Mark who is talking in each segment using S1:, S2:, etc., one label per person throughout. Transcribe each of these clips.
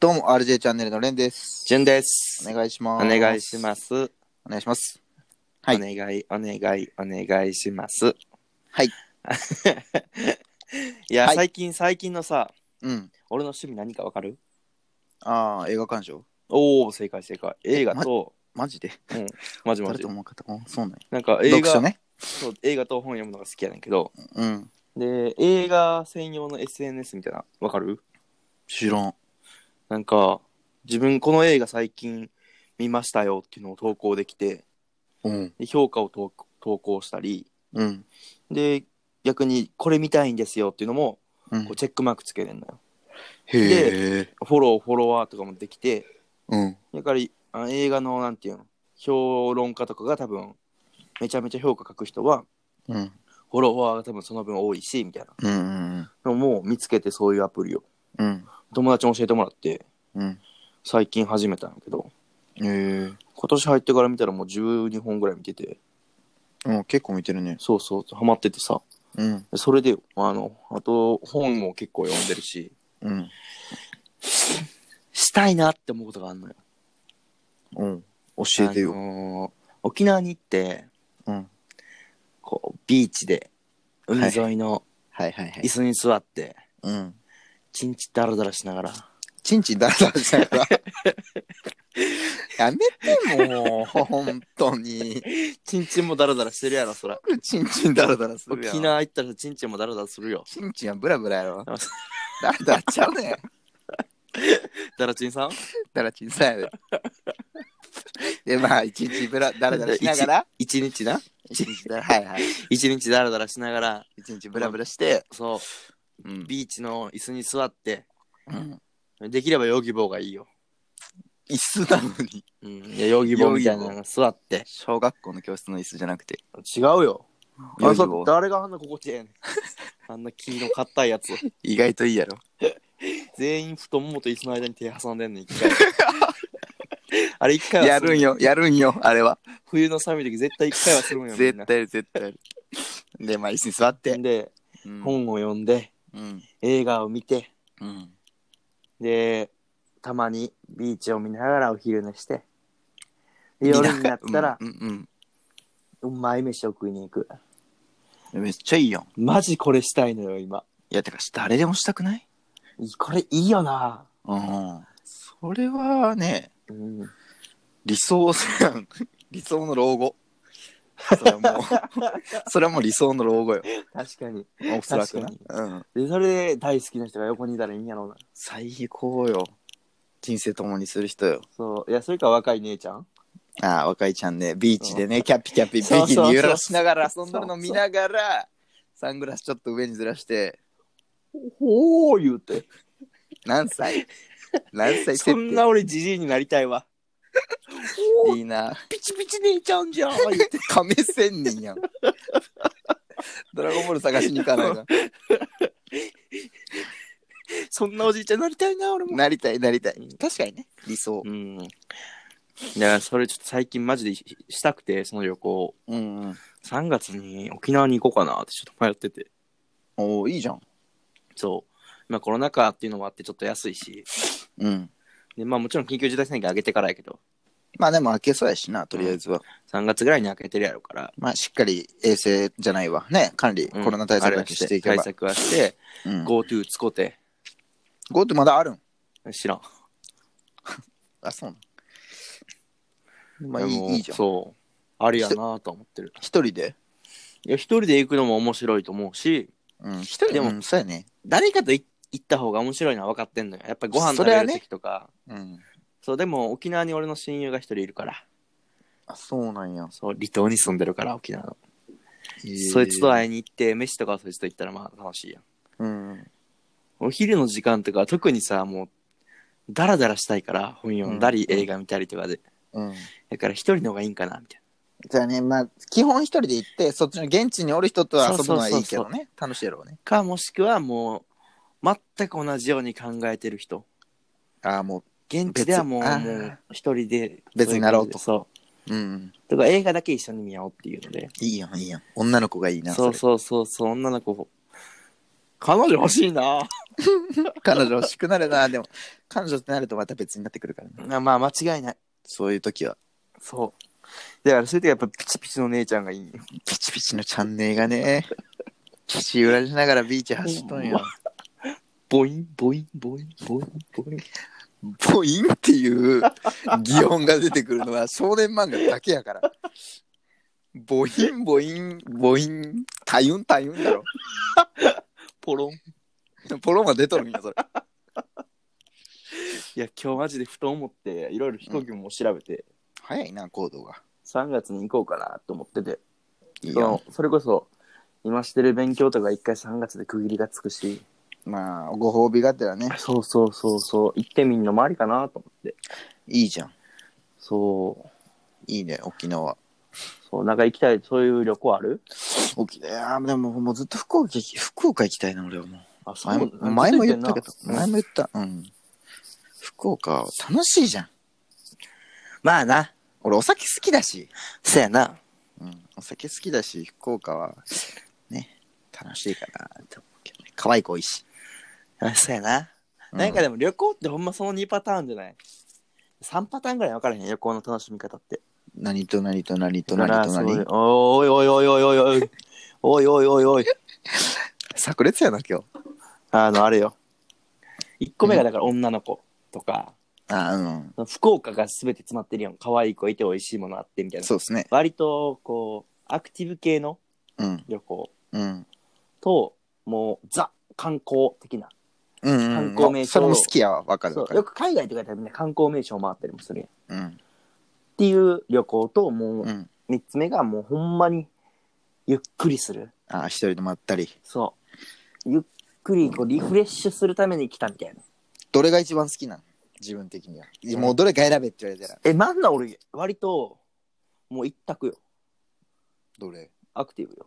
S1: どうも、RJ チャンネルのレンです。
S2: 順で
S1: お
S2: す。
S1: 願いしま
S2: お
S1: す。
S2: 願いします。
S1: お願いします。はい
S2: お願い、お願い、お願いします。
S1: はい。
S2: いや、
S1: はい
S2: 最近、最近のさ、
S1: うん。
S2: 俺の趣味何かわかる
S1: ああ、映画鑑賞
S2: おお、正解、正解。映画と、
S1: マジで
S2: マジマ
S1: 誰
S2: ジ
S1: と。思うかと。あそうなんや
S2: なんか映
S1: 読書
S2: 画、
S1: ね。
S2: そう映画と本読むのが好きやねんけど、
S1: うん。
S2: で、映画専用の SNS みたいな、わかる
S1: 知らん。
S2: なんか、自分この映画最近見ましたよっていうのを投稿できて、
S1: うん。
S2: で評価を投投稿したり、
S1: うん。
S2: で逆にこれ見たいんですよっていうのも
S1: うん
S2: こう、チェックマークつけれんのよ
S1: へえ。
S2: フォローフォロワーとかもできて
S1: うん。
S2: やっぱりあ映画のなんていうの評論家とかが多分めちゃめちゃ評価書く人は
S1: うん。
S2: フォロワーが多分その分多いしみたい
S1: う
S2: な
S1: ん。うん。
S2: のも見つけてそういうアプリを
S1: うん。
S2: 友達に教えてもらって
S1: うん。
S2: 最近始めたんだけど
S1: へえ。
S2: 今年入ってから見たらもう12本ぐらい見てて
S1: うん、結構見てるね。
S2: そうそうハマっててさ
S1: うん。
S2: それであのあと本も結構読んでるし
S1: うん。
S2: したいなって思うことがあるのよ
S1: うん。教えて
S2: あ
S1: よ。
S2: のー沖縄に行って、
S1: うん
S2: こうビーチで海沿いの
S1: はいはいは
S2: 椅。子に座って、
S1: うん。
S2: チンチダラダラしながら
S1: ちんちんだらだらしな がら。やめてもう、本当に。
S2: チンチンもダラダラしてるやろそら
S1: ちんちんだらだらするやん
S2: 沖。縄行ったらチンチンもダラダラするよ
S1: ちんちんはブラブラやろ。
S2: あ
S1: だらだらちゃうねん。
S2: ダラチンさん
S1: だらちんさやで。 で、まあ、一日ブラだらだらしながら、
S2: 一日な
S1: 一日だら、はいはい。
S2: 一日ダラダラしながら
S1: 一日ブラブラして、
S2: そう
S1: うん。
S2: ビーチの椅子に座って
S1: うん
S2: できればヨギボーがいいよ、
S1: 椅子なのに。
S2: うん、いやヨギボーみたいな
S1: ヨギ
S2: の座って
S1: 小学校の教室の椅子じゃなくて。
S2: 違うよあ
S1: ヨギ
S2: れ
S1: ボ
S2: さ
S1: ー
S2: 誰があんな心地ええねんあんな黄色硬いやつ
S1: 意外といいやろ。
S2: 全員太ももと椅子の間に手挟んでんねん一 回あれ一回は
S1: やるんよ、やるんよ、あれは。
S2: 冬の寒い時絶対一回はするんよみん
S1: 絶
S2: な
S1: 対やる、絶対やる。で、まあ、椅子に座って。
S2: で、
S1: うん
S2: 本を読んで
S1: うん。
S2: 映画を見て
S1: うん。
S2: でたまにビーチを見ながらお昼寝して
S1: 見
S2: で
S1: なが
S2: 夜
S1: ら
S2: になったら
S1: うんうん
S2: うまい飯を食いに行く
S1: うん。めっちゃいいやん。い
S2: マジこれしたいのよ今
S1: や、てか、誰でもしたくない
S2: いこれいいよな
S1: うん。それはね、
S2: うん
S1: 理想じゃん 理想の老後それはもう それはもう理想の老後よ
S2: 確かに
S1: おそらくな
S2: 確
S1: うん
S2: でそれで大好きな人が横にいたらいいんやろうな
S1: 最高よ人生共にする人よ
S2: そういやそれか若い姉ちゃん
S1: ああ若いちゃんねビーチでねキャピキャピビ
S2: そうそう
S1: キに揺らしながら
S2: そ
S1: 遊
S2: うん
S1: でるの見ながらサングラスちょっと上にずらして
S2: ほう言うて
S1: 何 歳何歳設
S2: そん
S1: 定
S2: な俺じじいになりたい わ。
S1: いいな
S2: ピチピチでいちゃうんじゃん。
S1: 亀仙人やんドラゴンボール探しに行かない な
S2: そんなおじいちゃんになりたいな、俺。
S1: なりたいなりたい確かにね理想
S2: うん。だからそれちょっと最近マジでししたくて、その旅行。
S1: うんうん
S2: 3月に沖縄に行こうかなってちょっと迷ってて。
S1: おおいいじゃん
S2: そう。まあコロナ禍っていうのもあってちょっと安いし。
S1: うん
S2: で、まあもちろん緊急事態宣言上げてからやけど、
S1: まあでも開けそうやしな、とりあえずは。
S2: 3月ぐらいに開けてるやろから。
S1: まあしっかり衛生じゃないわ。ね、管理、
S2: うん
S1: コロナ対策だけしていけ
S2: あれ
S1: ば
S2: はし。対策はして、
S1: うん、ゴ
S2: GoTo つこて。
S1: ーってまだあるん
S2: 知らん。
S1: あ、そうなん。まあい
S2: でも
S1: いいいじゃん。
S2: そう。ありやなと思ってる。
S1: 一人で
S2: いや、一人で行くのも面白いと思うし、
S1: うん、一人で
S2: で
S1: も、
S2: も
S1: うんそうやね。
S2: 誰かとい行った方が面白いのは分かってんのよ。やっぱご飯
S1: そ
S2: 食
S1: れ
S2: べ
S1: は
S2: る
S1: ね
S2: 時とか。
S1: うん。
S2: そう、でも沖縄に俺の親友が一人いるから。
S1: あ、そうなんや。
S2: そう、離島に住んでるから、沖縄の。そいつと
S1: は
S2: 会いに行って、飯とかはそいつと行ったらまあ楽しいやん。
S1: うん。
S2: お昼の時間とかは特にさ、もう、ダラダラしたいから、本読んだり、
S1: うん
S2: 映画見たりとかで。
S1: うん。
S2: だから一人の方がいいんかな、みたい
S1: じゃあね、まあ、基本一人で行って、そっちの現地におる人とは遊ぶのはいいけど
S2: そうそう
S1: ね。楽しいやろうね。
S2: な。か、もしくはもう、全く同じように考えてる人。
S1: ああ、も
S2: 現地ではもう、
S1: 別あー
S2: もう一人で。
S1: 別になろうと、
S2: そう
S1: うん。
S2: う。とか映画だけ一緒に見合おうっていうので。
S1: いいやん、いいやん。女の子がいいな。
S2: そう
S1: れ
S2: そうそうそう女の子彼女欲し いな。
S1: 彼女欲しくなるなでも彼女ってなるとまた別になってくるからね
S2: あまあ、間違いない。
S1: そういう時は
S2: そう。だから、そういう時はやっぱピチピチの姉ちゃんがいいよ。
S1: ピチピチのチャンネルがね 岸揺らしながらビーチ走っとんよ
S2: ボイン、ボイン、ボイン、ボイン、ボイン。
S1: ボインっていう擬音が出てくるのは少年漫画だけやからボインボインボインタユンタユンだろ
S2: ポロン。い
S1: ポロンは出とるんやそれ
S2: や、今日マジでふと思って、いろいろ飛行機も調べて、
S1: 早いな行動が
S2: 3月に行こうかなと思ってて、
S1: いい
S2: その
S1: よ
S2: それこそ、今してる勉強とか一回3月で区切りがつくし、
S1: まあご褒美があったらね
S2: そうそうそうそう、行ってみんのもありかなと思って。
S1: いいじゃん
S2: そう。
S1: いいね沖縄
S2: そう、なんか行きたい、そういう旅行ある
S1: 沖縄でももうずっと福岡行き福岡行きたいな俺はもう
S2: あ、そ
S1: 前も
S2: う
S1: 前も言ったけど
S2: ついてんな
S1: 前も言ったうん福岡楽しいじゃん
S2: まあな、
S1: 俺お酒好きだし、
S2: そやな。
S1: うん、お酒好きだし福岡はね楽しいかなって思うけどね可愛い子多いし、
S2: あそうやな。
S1: う
S2: なんかでも旅行ってほんまその2パターンじゃない ?3 パターンぐらい分からへん、旅行の楽しみ方って。
S1: 何と何と何と
S2: だから
S1: 何と
S2: そういう
S1: 何
S2: おいおいおいおいおいおい。おいおいおいおい。
S1: 炸裂やな今日
S2: あの、あれよ。1個目がだから女の子とか、
S1: あうん
S2: 福岡が全て詰まってるやん。可愛い子いて美味しいものあってみたいな。
S1: そうですね
S2: 割と、こう、アクティブ系の
S1: うん
S2: 旅行
S1: うん
S2: と、もう、ザ観光的な。
S1: うん
S2: 観
S1: う
S2: 光
S1: ん、
S2: 名
S1: あ
S2: 所
S1: それも好きやわわかる
S2: そ
S1: わか
S2: う
S1: る
S2: よく海外とかやったらみんな観光名所を回ったりもするやん。
S1: う
S2: っ
S1: ん
S2: ていう旅行と、もう
S1: う、ん
S2: 三つ目がもうほんまにゆっくりする
S1: あ一人でまったり
S2: そうゆっくりこうリフレッシュするために来たみたいな
S1: どれが一番好きなの自分的には。もうどれか選べって言われたら。
S2: えなんだ俺割ともう一択よ
S1: どれ
S2: アクティブよ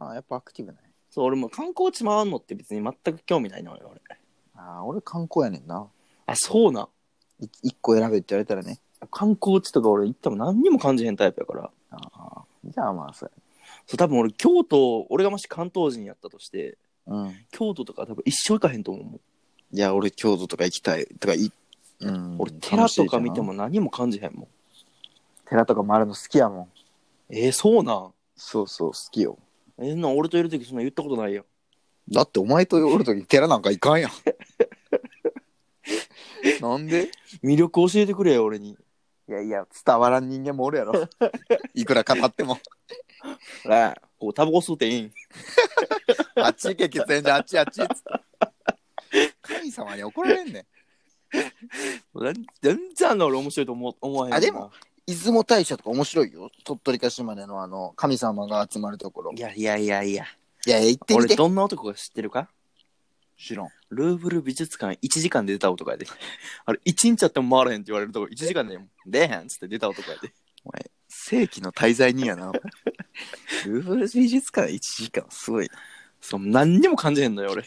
S1: あ、やっぱアクティブない。
S2: そう俺もう観光地回んのって別に全く興味ないのよ俺
S1: あ、俺観光やねんな。
S2: あそうなん
S1: い一個選べって言われたらね。
S2: 観光地とか俺行っても何にも感じへんタイプやから
S1: ああ。じゃあまあ、それ。
S2: そう多分俺京都俺がもし関東人やったとして
S1: うん。
S2: 京都とか多分一生行かへんと思うもん
S1: いや、俺京都とか行きたい。とか、い、うん
S2: 俺寺とか見て。も何も感じへんもん
S1: 寺とか回るの好きやもん。
S2: えー、そうなん
S1: そうそう、好きよ。
S2: えー、なん俺といる時そんな言ったことないよ
S1: だってお前とおるとき寺なんか行かんやん。 なんで
S2: 魅力教えてくれよ俺に
S1: いやいや、伝わらん人間もおるや ろ。いくら語っても。
S2: ほらこうタバコ吸うていいん
S1: あっち行け、喫煙所、あっちあっちっつって。神様に怒られんねん。
S2: 全然あんな俺面白いと思思わへんよな
S1: あでも出雲大社とか面白いよ。鳥取か島根のあの、神様が集まるところ。
S2: いやいやいやいや
S1: いや、行ってみ
S2: 俺
S1: て。
S2: どんな男が知ってるか
S1: 知らん。
S2: ルーブル美術館1時間で出た男やで あれ1日あっても回らへんって言われるとこ1時間で出へんっつって出た男やで
S1: 世紀の滞在にや な。ルーブル美術館1時間、すごいな。
S2: そう何にも感じへんのよ俺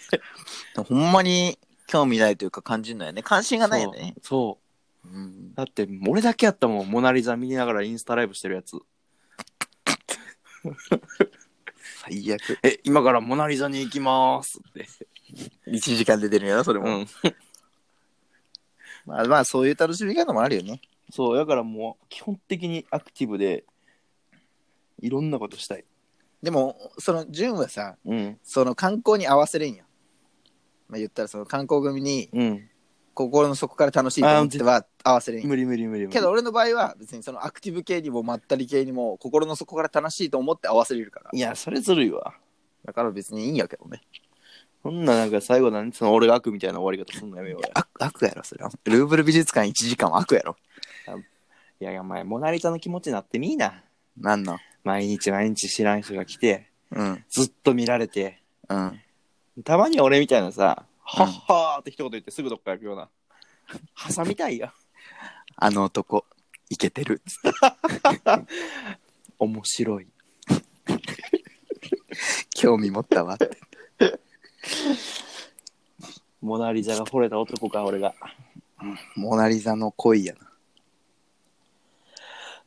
S1: ほんまに興味ないというか感じるのよね。関心がないよね。
S2: そう
S1: うん
S2: そう。だって俺だけやったもんモナ・リザ見ながらインスタライブしてるやつ
S1: 最悪。
S2: え今からモナ・リザに行きますって
S1: 1時間で出るんやな、それも。
S2: うん
S1: まあまあ、そういう楽しみ方もあるよね。
S2: そうだからもう基本的にアクティブでいろんなことしたい
S1: でも、その、純はさ、
S2: うん
S1: その観光に合わせるんや。まあ言ったら、その観光組に
S2: うん
S1: 心の底から楽しいと思っては合わせるんや。
S2: 無理無理無理無理
S1: けど俺の場合は別にそのアクティブ系にもまったり系にも心の底から楽しいと思って合わせれるから
S2: いや、それずるいわ。
S1: だから別にいいんやけどね
S2: そんな、なんか最後なんその俺が悪みたいな終わり方すんのやめようや。
S1: 悪悪やろそれはルーブル美術館1時間は悪やろ
S2: いやいや、お前、モナリザの気持ちになってみいな。
S1: なんなん
S2: 毎日毎日知らん人が来て、
S1: うん
S2: ずっと見られて、
S1: うん
S2: たまに俺みたいな
S1: う
S2: さ、
S1: ん
S2: はっはーって一言言ってすぐどっか行くような。挟みたいや。
S1: あの男イケてる
S2: 面白い。
S1: 興味持ったわって
S2: モナリザが惚れた男か、俺が。は
S1: モナリザの恋やな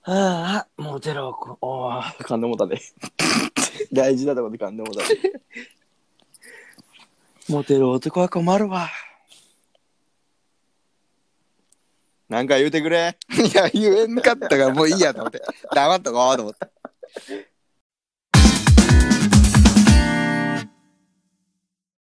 S2: あ、モテろ、こ おー、噛んでもうたで。大事なとこで噛んでもうたで。モテる男は困るわ。なんか言うてくれ。
S1: いや、言えんかったから、もういいやと思って。黙っとこうと思って。